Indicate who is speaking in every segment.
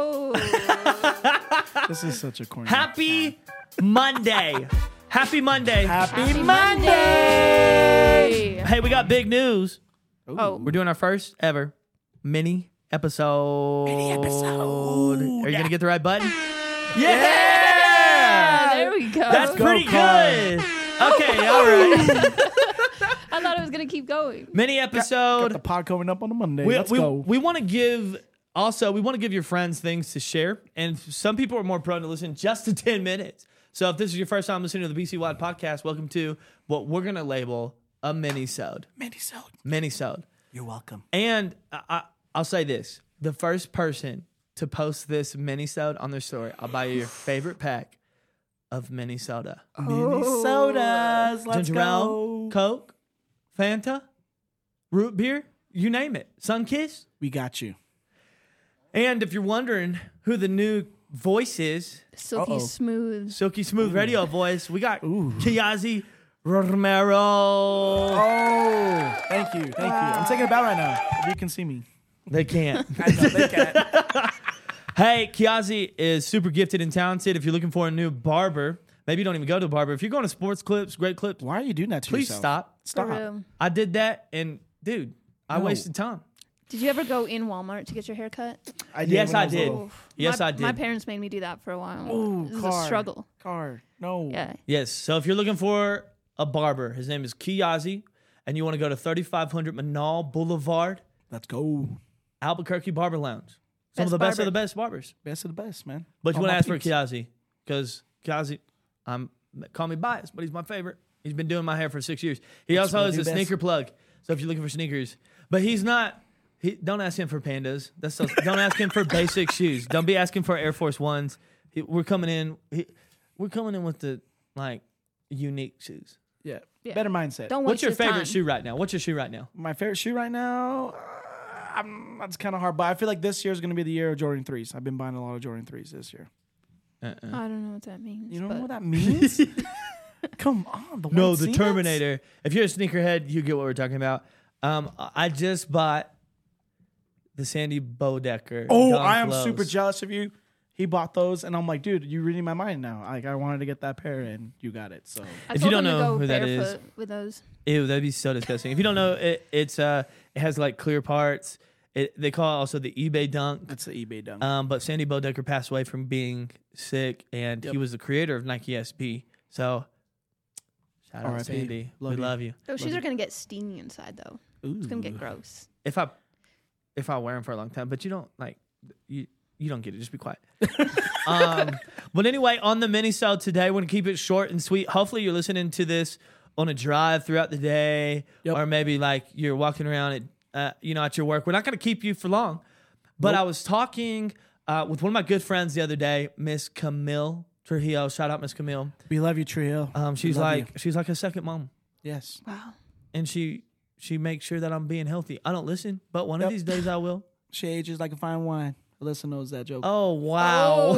Speaker 1: Oh.
Speaker 2: This is such a corny.
Speaker 3: Happy Monday. Happy Monday.
Speaker 1: Happy Monday.
Speaker 3: hey, we got big news.
Speaker 1: Oh.
Speaker 3: We're doing our first ever mini episode. Mini episode. Are you gonna get the right button?
Speaker 1: Yeah,
Speaker 3: Yeah.
Speaker 1: there we go.
Speaker 3: That's pretty good. Okay, all right.
Speaker 1: I thought it was gonna keep going.
Speaker 3: Mini
Speaker 2: Got
Speaker 3: episode.
Speaker 2: the pod coming up on a Monday.
Speaker 3: we,
Speaker 2: Let's
Speaker 3: we,
Speaker 2: go.
Speaker 3: we want to give also we want to give your friends things to share and some people are more prone to listen just to 10 minutes so if this is your first time listening to the bc wide podcast welcome to what we're going to label a mini sode
Speaker 2: Mandy Seld.
Speaker 3: mini sode
Speaker 2: You're welcome.
Speaker 3: and I, I, i'll say this the first person to post this mini sode on their story i'll buy you your favorite pack of mini soda
Speaker 2: Minnesota's. Let's
Speaker 3: ginger
Speaker 2: go.
Speaker 3: ale coke fanta root beer you name it sun kiss
Speaker 2: we got you.
Speaker 3: and if you're wondering who the new voice is,
Speaker 1: Silky
Speaker 2: Uh-oh.
Speaker 1: smooth.
Speaker 3: Silky Smooth Radio voice, we got Kiyazi Romero.
Speaker 2: Oh, thank you, thank you. I'm taking a bow right now. If you can see me.
Speaker 3: They can't.
Speaker 2: I know they can.
Speaker 3: hey, Kiyazi is super gifted and talented. If you're looking for a new barber, maybe you don't even go to a barber. If you're going to sports clips, great clips,
Speaker 2: Why are you doing that to
Speaker 3: please
Speaker 2: yourself?
Speaker 3: stop.
Speaker 1: For
Speaker 2: Stop.
Speaker 1: real.
Speaker 3: I did that, and dude, I
Speaker 2: No.
Speaker 3: wasted time.
Speaker 1: Did you ever go in Walmart to get your hair cut?
Speaker 2: I
Speaker 3: Yes,
Speaker 2: when
Speaker 3: I
Speaker 2: was
Speaker 3: did.
Speaker 2: little.
Speaker 3: Yes,
Speaker 1: my,
Speaker 3: I did.
Speaker 1: My parents made me do that for a while.
Speaker 2: Ooh,
Speaker 1: it was
Speaker 2: car.
Speaker 1: a struggle.
Speaker 2: Car. No.
Speaker 1: Yeah.
Speaker 3: Yes. So if you're looking for a barber, his name is Kiyazi, and you want to go to 3500 Manal Boulevard,
Speaker 2: Let's go.
Speaker 3: Albuquerque Barber Lounge. Some
Speaker 1: Best
Speaker 3: of the best of
Speaker 1: barber.
Speaker 3: the best barbers.
Speaker 2: Best of the best, man.
Speaker 3: But you
Speaker 2: All
Speaker 3: want to
Speaker 2: my
Speaker 3: ask for
Speaker 2: peeps.
Speaker 3: Kiazi because Kiazi, I'm call me biased, but he's my favorite. He's been doing my hair for six years. He
Speaker 2: what
Speaker 3: also
Speaker 2: I
Speaker 3: is
Speaker 2: do
Speaker 3: a
Speaker 2: best.
Speaker 3: sneaker plug. So if you're looking for sneakers, but he's not. He, don't ask him for pandas. That's so, don't ask him for basic shoes. Don't be asking for Air Force Ones. He- we're coming in. He, we're coming in with the like unique shoes.
Speaker 2: Yeah.
Speaker 1: Yeah.
Speaker 2: Better mindset.
Speaker 1: Don't
Speaker 3: What's
Speaker 1: waste
Speaker 3: your
Speaker 1: time.
Speaker 3: favorite shoe right now? What's your shoe right now?
Speaker 2: My favorite shoe right now. uh, I'm, that's kind of hard, but I feel like this year is going to be the year of Jordan threes. I've been buying a lot of Jordan threes this year.
Speaker 3: Uh-uh.
Speaker 1: I don't know what that means.
Speaker 2: You don't know
Speaker 1: but
Speaker 2: what that means? Come on, the
Speaker 3: No,
Speaker 2: white
Speaker 3: the
Speaker 2: Xenos?
Speaker 3: Terminator. If you're a sneakerhead, you get what we're talking about. Um, I I just bought the Sandy Bodecker.
Speaker 2: Oh,
Speaker 3: Don
Speaker 2: I am
Speaker 3: Flows.
Speaker 2: super jealous of you. He bought those, and I'm like, dude, you reading my mind now. Like, I wanted to get that pair, and you got it. So
Speaker 1: I
Speaker 3: If you
Speaker 1: told
Speaker 3: don't
Speaker 1: them to
Speaker 3: know
Speaker 1: go
Speaker 3: who that is-
Speaker 1: barefoot with those.
Speaker 3: Ew, that'd be so disgusting. If you don't know, it, it's uh, it has like clear parts. It, they call it also the eBay Dunk.
Speaker 2: that's the eBay dumb.
Speaker 3: Um, but Sandy Bodecker passed away from being sick, and
Speaker 2: Yep.
Speaker 3: he was the creator of Nike SB. So, shout out
Speaker 2: R.I.P.
Speaker 3: Sandy.
Speaker 2: Love
Speaker 3: we
Speaker 2: you.
Speaker 3: love you.
Speaker 1: Those shoes are Oh, gonna get steamy inside though. It's gonna get gross.
Speaker 3: If I if I wear them for a long time, but you don't like you you don't get it. Just be quiet. um, but anyway, on the mini cell today, we're gonna keep it short and sweet. Hopefully, you're listening to this on a drive throughout the day,
Speaker 2: Yep.
Speaker 3: or maybe like you're walking around at uh, you know at your work. We're not gonna keep you for long. But I was talking uh, with one of my good friends the other day, Miss Camille Trujillo. Shout out, Miss Camille.
Speaker 2: we love you, Trio.
Speaker 3: Um, she's
Speaker 2: love
Speaker 3: like she's like a second mom,
Speaker 2: yes,
Speaker 1: Wow.
Speaker 3: and she she makes sure that I'm being healthy. I don't listen, but one
Speaker 2: Yep.
Speaker 3: of these days I will.
Speaker 2: she ages like a fine wine. Alyssa knows that joke.
Speaker 3: Oh wow.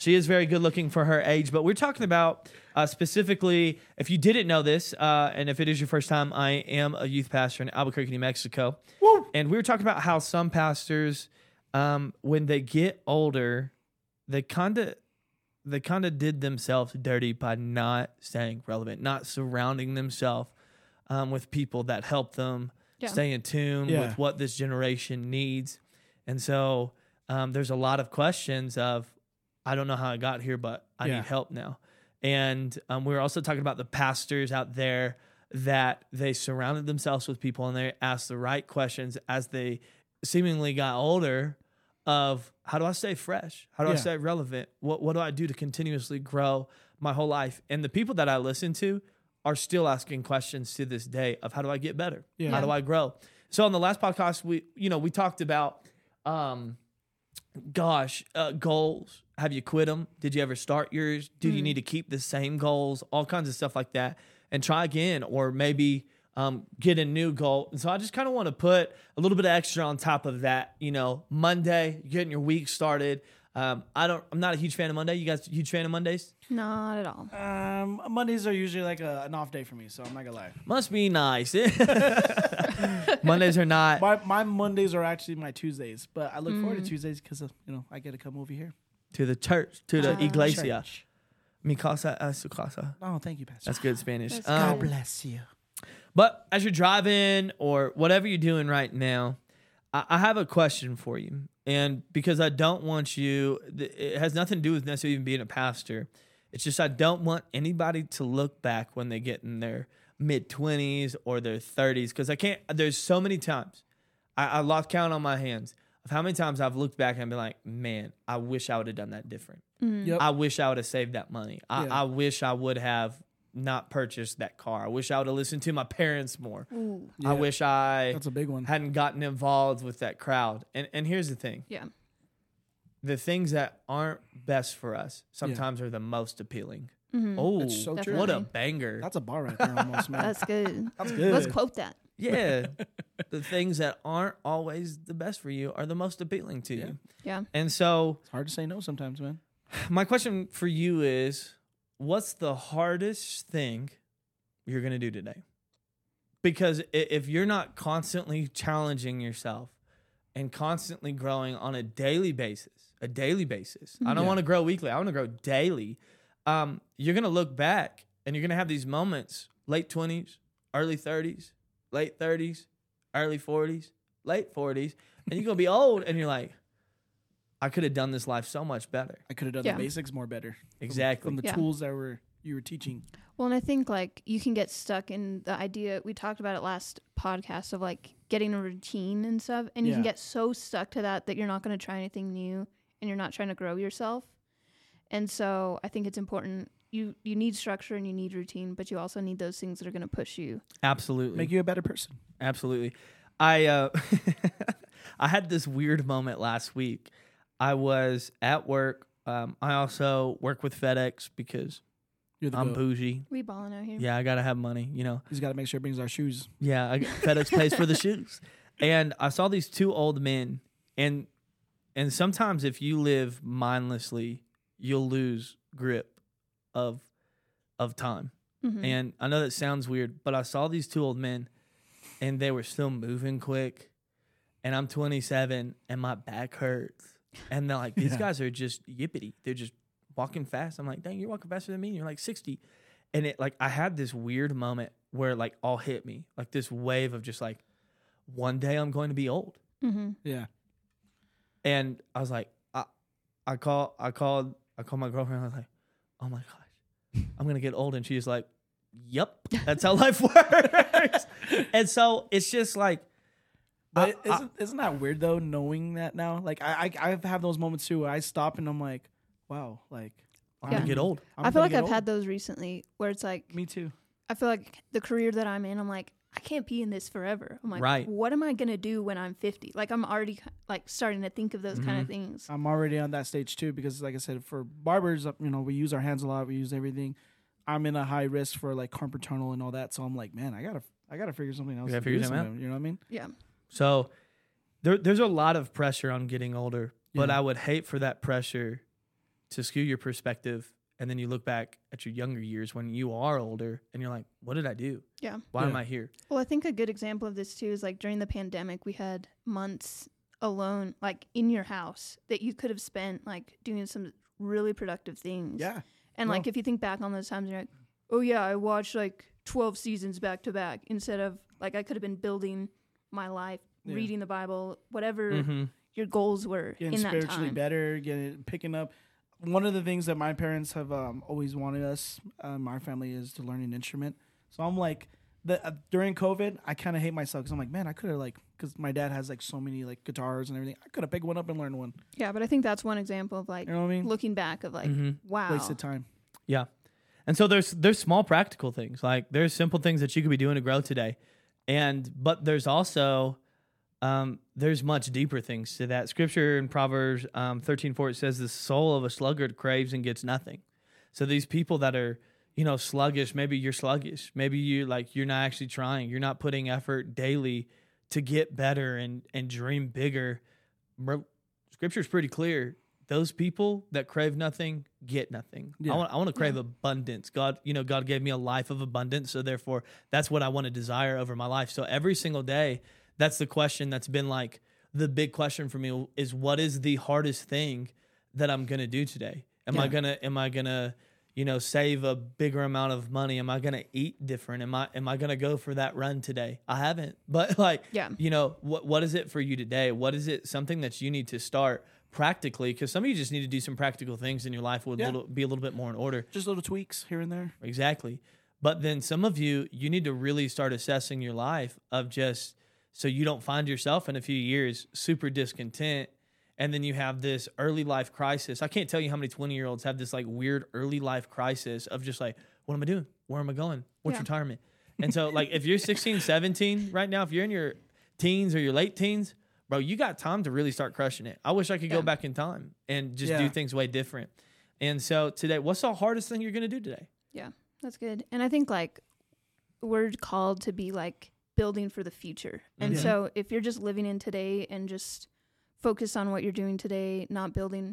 Speaker 3: She is very good looking for her age, but we're talking about uh, specifically, if you didn't know this, uh, and if it is your first time, I am a youth pastor in Albuquerque, New Mexico.
Speaker 2: Woo!
Speaker 3: And we were talking about how some pastors, um, when they get older, they kind of they kind of did themselves dirty by not staying relevant, not surrounding themselves um, with people that help them
Speaker 1: Yeah.
Speaker 3: stay in tune
Speaker 2: Yeah.
Speaker 3: with what this generation needs. And so um, there's a lot of questions of, I don't know how I got here, but I
Speaker 2: Yeah.
Speaker 3: need help now. And um, we were also talking about the pastors out there that they surrounded themselves with people and they asked the right questions as they seemingly got older of how do I stay fresh? How do I
Speaker 2: Yeah.
Speaker 3: stay relevant? What what do I do to continuously grow my whole life? And the people that I listen to are still asking questions to this day of how do I get better?
Speaker 2: Yeah.
Speaker 3: How do I grow? So on the last podcast we you know we talked about um gosh, uh, goals. Have you quit them? Did you ever start yours? Do you need to keep the same goals? All kinds of stuff like that, and try again, or maybe um, get a new goal. And so I just kind of want to put a little bit of extra on top of that. You know, Monday, you're getting your week started. Um, I don't. I'm not a huge fan of Monday. You guys, huge fan of Mondays?
Speaker 1: Not at all.
Speaker 2: Um, Mondays are usually like a, an off day for me, so I'm not gonna lie.
Speaker 3: Must be nice. Mondays are not.
Speaker 2: My, my Mondays are actually my Tuesdays, but I look forward to Tuesdays because you know I get to come over here.
Speaker 3: to the church, to the
Speaker 1: Ah.
Speaker 3: iglesia.
Speaker 2: Church.
Speaker 3: Mi casa es su casa.
Speaker 2: Oh, thank you, Pastor.
Speaker 3: That's good Spanish.
Speaker 1: That's
Speaker 3: Um,
Speaker 1: good.
Speaker 2: bless you.
Speaker 3: but as you're driving or whatever you're doing right now, I, I have a question for you. And because I don't want you, th- it has nothing to do with necessarily even being a pastor. It's just I don't want anybody to look back when they get in their mid 20s or their 30s because I can't, there's so many times I, I lost count on my hands of how many times I've looked back and been like, man, I wish I would have done that different.
Speaker 2: Yep.
Speaker 3: I wish I would have saved that money. I,
Speaker 2: Yeah.
Speaker 3: I wish I would have not purchased that car. I wish I would have listened to my parents more.
Speaker 1: Ooh.
Speaker 2: Yeah.
Speaker 3: I wish I
Speaker 2: That's a big one.
Speaker 3: hadn't gotten involved with that crowd. And and here's the thing.
Speaker 1: Yeah.
Speaker 3: The things that aren't best for us sometimes are the most appealing. Oh,
Speaker 2: That's so
Speaker 1: true.
Speaker 3: what a
Speaker 1: Definitely.
Speaker 3: banger.
Speaker 2: That's a bar right there, almost man.
Speaker 1: That's good.
Speaker 2: That's good.
Speaker 1: Let's quote that.
Speaker 3: yeah. the things that aren't always the best for you are the most appealing to
Speaker 2: Yeah.
Speaker 3: you.
Speaker 1: Yeah.
Speaker 3: And so
Speaker 2: it's hard to say no sometimes, man.
Speaker 3: My question for you is what's the hardest thing you're going to do today? Because i- if you're not constantly challenging yourself and constantly growing on a daily basis, a daily basis, I don't
Speaker 2: Yeah.
Speaker 3: want to grow weekly, I want to grow daily. Um, you're going to look back and you're going to have these moments late 20s, early 30s, late 30s, early 40s, late 40s, and you're going to be old and you're like, I could have done this life so much better.
Speaker 2: I could have done
Speaker 1: Yeah.
Speaker 2: the basics more better. From-
Speaker 3: Exactly.
Speaker 2: From the
Speaker 1: Yeah.
Speaker 2: tools that were you were teaching.
Speaker 1: Well, and I think like you can get stuck in the idea we talked about it last podcast of like getting a routine and stuff, and you can
Speaker 2: Yeah.
Speaker 1: get so stuck to that that you're not going to try anything new and you're not trying to grow yourself. And so I think it's important you you need structure and you need routine, but you also need those things that are going to push you.
Speaker 3: Absolutely.
Speaker 2: Make you a better person.
Speaker 3: Absolutely. I uh, I had this weird moment last week. I was at work. Um, I also work with FedEx because
Speaker 2: You're the
Speaker 3: I'm
Speaker 2: goat.
Speaker 3: bougie.
Speaker 1: We balling out here.
Speaker 3: Yeah, I gotta have money. You know.
Speaker 2: He's got to make sure he brings our shoes.
Speaker 3: Yeah, I, FedEx pays for the shoes. And I saw these two old men, and and sometimes if you live mindlessly, you'll lose grip of of time.
Speaker 1: Mhm.
Speaker 3: And I know that sounds weird, but I saw these two old men and they were still moving quick. And I'm 27 and my back hurts. And they're like, these
Speaker 2: Yeah.
Speaker 3: guys are just yippity. They're just walking fast. I'm like, dang, you're walking faster than me. You're like 60. And it like I had this weird moment where it, like all hit me. Like this wave of just like, one day I'm going to be old.
Speaker 1: Mhm.
Speaker 2: Yeah.
Speaker 3: And I was like, I, I call, I called, I called my girlfriend. I was like, oh my gosh, I'm gonna get old. And she's like, yep, that's how life works. and so it's just like, I-
Speaker 2: But
Speaker 3: I-
Speaker 2: isn't, isn't that weird though, knowing that now? Like I, I I've had those moments too where I stop and I'm like, wow, like
Speaker 3: I'm gonna
Speaker 1: Yeah.
Speaker 3: get old.
Speaker 1: I feel like I've had those recently where it's like
Speaker 2: Me too.
Speaker 1: I feel like the career that I'm in, I'm like, I can't be in this forever. I'm like,
Speaker 3: Right.
Speaker 1: what am I going to do when I'm 50? Like, I'm already like starting to think of those kind
Speaker 3: Mm-hmm.
Speaker 1: of things.
Speaker 2: I'm already on that stage too because, like I said, for barbers, uh, you know, we use our hands a lot. We use everything. I'm in a high risk for like carpal tunnel and all that, so I'm like, man, I gotta, I gotta figure something else.
Speaker 3: gotta
Speaker 2: to
Speaker 3: figure
Speaker 2: do
Speaker 3: something out.
Speaker 2: sometime, You know what I mean?
Speaker 1: Yeah.
Speaker 3: So there, there's a lot of pressure on getting older, but
Speaker 2: Yeah.
Speaker 3: I would hate for that pressure to skew your perspective. And then you look back at your younger years when you are older and you're like, what did I do?
Speaker 1: Yeah.
Speaker 3: Why am
Speaker 2: Yeah.
Speaker 3: I here?
Speaker 1: Well, I think a good example of this too is like during the pandemic, we had months alone, like in your house, that you could have spent like doing some really productive things.
Speaker 2: Yeah.
Speaker 1: And like,
Speaker 2: no.
Speaker 1: if you think back on those times, you're like, oh, yeah, I watched like 12 seasons back to back instead of like I could have been building my life,
Speaker 2: Yeah. Mm-hmm.
Speaker 1: reading the Bible, whatever
Speaker 3: Mhm.
Speaker 1: your goals were
Speaker 2: Getting
Speaker 1: in that
Speaker 2: spiritually
Speaker 1: time.
Speaker 2: better, getting picking up. One of the things that my parents have um, always wanted us, um, our family, is to learn an instrument. So I'm like, the, uh, during COVID, I kind of hate myself because I'm like, man, I could have like, because my dad has like so many like guitars and everything, I could have picked one up and learned one.
Speaker 1: Yeah, but I think that's one example of like
Speaker 2: You know what I mean? Mm-hmm.
Speaker 1: looking back of like, wow,
Speaker 2: Wasted time.
Speaker 3: Yeah. And so there's there's small practical things. Like there's simple things that you could be doing to grow today. And but there's also um, there's much deeper things to that. Scripture in Proverbs um, 13, 4, it says the soul of a sluggard craves and gets nothing. So these people that are, you know, sluggish, maybe you're sluggish. Maybe you like you're not actually trying. You're not putting effort daily to get better and and dream bigger. Bro, Scripture's pretty clear. those people that crave nothing get nothing.
Speaker 2: Yeah.
Speaker 3: I want I want to crave abundance. God, you know, God gave me a life of abundance, so therefore that's what I want to desire over my life. So every single day, that's the question that's been like the big question for me is what is the hardest thing that I'm going to do today? Am I
Speaker 2: Yeah.
Speaker 3: going to am I going to you know save a bigger amount of money? Am I going to eat different? Am I am I going to go for that run today? I haven't. But like
Speaker 1: Yeah.
Speaker 3: you know what what is it for you today what is it something that you need to start practically because some of you just need to do some practical things in your life would
Speaker 2: Yeah.
Speaker 3: little, be a little bit more in order
Speaker 2: Just little tweaks here and there.
Speaker 3: exactly but then some of you you need to really start assessing your life of just so you don't find yourself in a few years super discontent and then you have this early life crisis i can't tell you how many 20 year olds have this like weird early life crisis of just like what am i doing where am i going what's
Speaker 1: Yeah.
Speaker 3: retirement and so like if you're 16 17 right now if you're in your teens or your late teens bro you got time to really start crushing it i wish i could go
Speaker 1: Yeah.
Speaker 3: back in time and just do
Speaker 2: Yeah.
Speaker 3: things way different and so today what's the hardest thing you're gonna do today
Speaker 1: That's good. And I think like we're called to be like building for the future. And
Speaker 3: Mm-hmm.
Speaker 2: Yeah.
Speaker 1: so if you're just living in today and just focus on what you're doing today, not building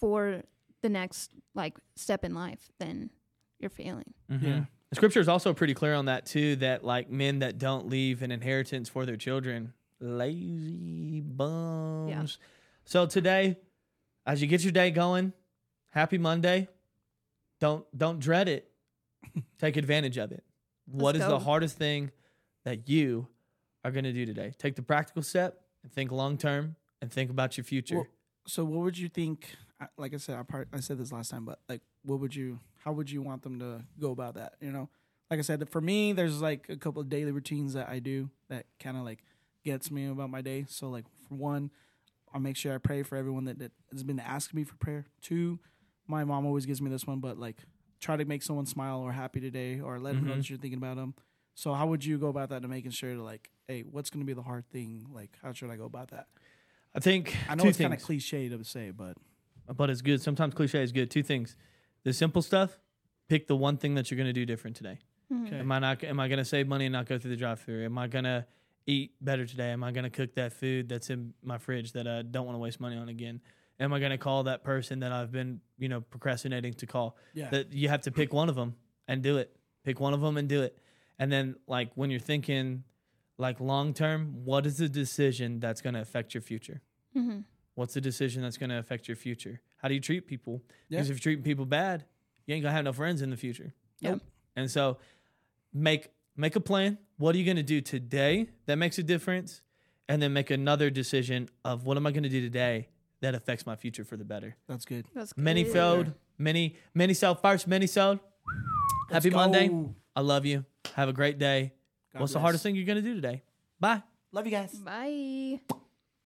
Speaker 1: for the next like step in life, then you're failing.
Speaker 2: Yeah.
Speaker 3: Scripture is Mm-hmm. also pretty clear on that too. That like men that don't leave an inheritance for their children, lazy bums. So today, as you get your day going, happy Monday. Don't don't dread it. Take advantage of it. What is
Speaker 1: Let's
Speaker 3: the
Speaker 1: go.
Speaker 3: hardest thing that you are going to do today? Take the practical step and think long term and think about your future.
Speaker 2: Well, so what would you think? I- Like I said, I, part, I said this last time, but like, what would you? How would you want them to go about that? You know, like I said, for me, there's like a couple of daily routines that I do that kind of like gets me about my day. So like, for one, I make sure I pray for everyone that, that has been asking me for prayer. Two, my mom always gives me this one, but like, try to make someone smile or happy today, or let them know
Speaker 3: Mhm.
Speaker 2: that you're thinking about them. So how would you go about that to making sure to like, hey, what's going to be the hard thing? Like, how should I go about that?
Speaker 3: I think
Speaker 2: I know
Speaker 3: two
Speaker 2: it's kind of
Speaker 3: things.
Speaker 2: cliche to say, but
Speaker 3: but it's good. Sometimes cliche is good. Two things: the simple stuff. Pick the one thing that you're going to do different today.
Speaker 2: Okay.
Speaker 3: Am I not? Am I going to save money and not go through the drive-through? Am I going to eat better today? Am I going to cook that food that's in my fridge that I don't want to waste money on again? Am I going to call that person that I've been, you know, procrastinating to call?
Speaker 2: yeah,
Speaker 3: That you have to pick one of them and do it. Pick one of them and do it. And then, like when you're thinking, like long term, what is the decision that's going to affect your future?
Speaker 1: Mm-hmm.
Speaker 3: What's the decision that's going to affect your future? How do you treat people?
Speaker 2: Yeah.
Speaker 3: Because if you're treating people bad, you ain't gonna have no friends in the future.
Speaker 1: Yeah. Nope.
Speaker 3: And so, make make a plan. What are you gonna do today that makes a difference? And then make another decision of what am I gonna do today that affects my future for the better.
Speaker 2: that's good.
Speaker 1: That's good.
Speaker 3: Many failed, many many sold first, many sold. Happy
Speaker 2: Let's
Speaker 3: Monday.
Speaker 2: go.
Speaker 3: I love you. Have a great day.
Speaker 2: God
Speaker 3: What's the
Speaker 2: bless.
Speaker 3: hardest thing you're gonna do today? Bye.
Speaker 2: Love you guys.
Speaker 1: Bye.